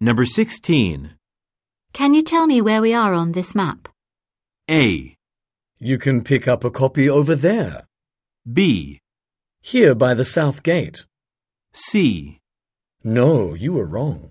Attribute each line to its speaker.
Speaker 1: Number 16.
Speaker 2: Can you tell me where we are on this map?
Speaker 1: A.
Speaker 3: You can pick up a copy over there,
Speaker 1: B.
Speaker 3: here by the south gate.
Speaker 1: C.
Speaker 3: No, you were wrong.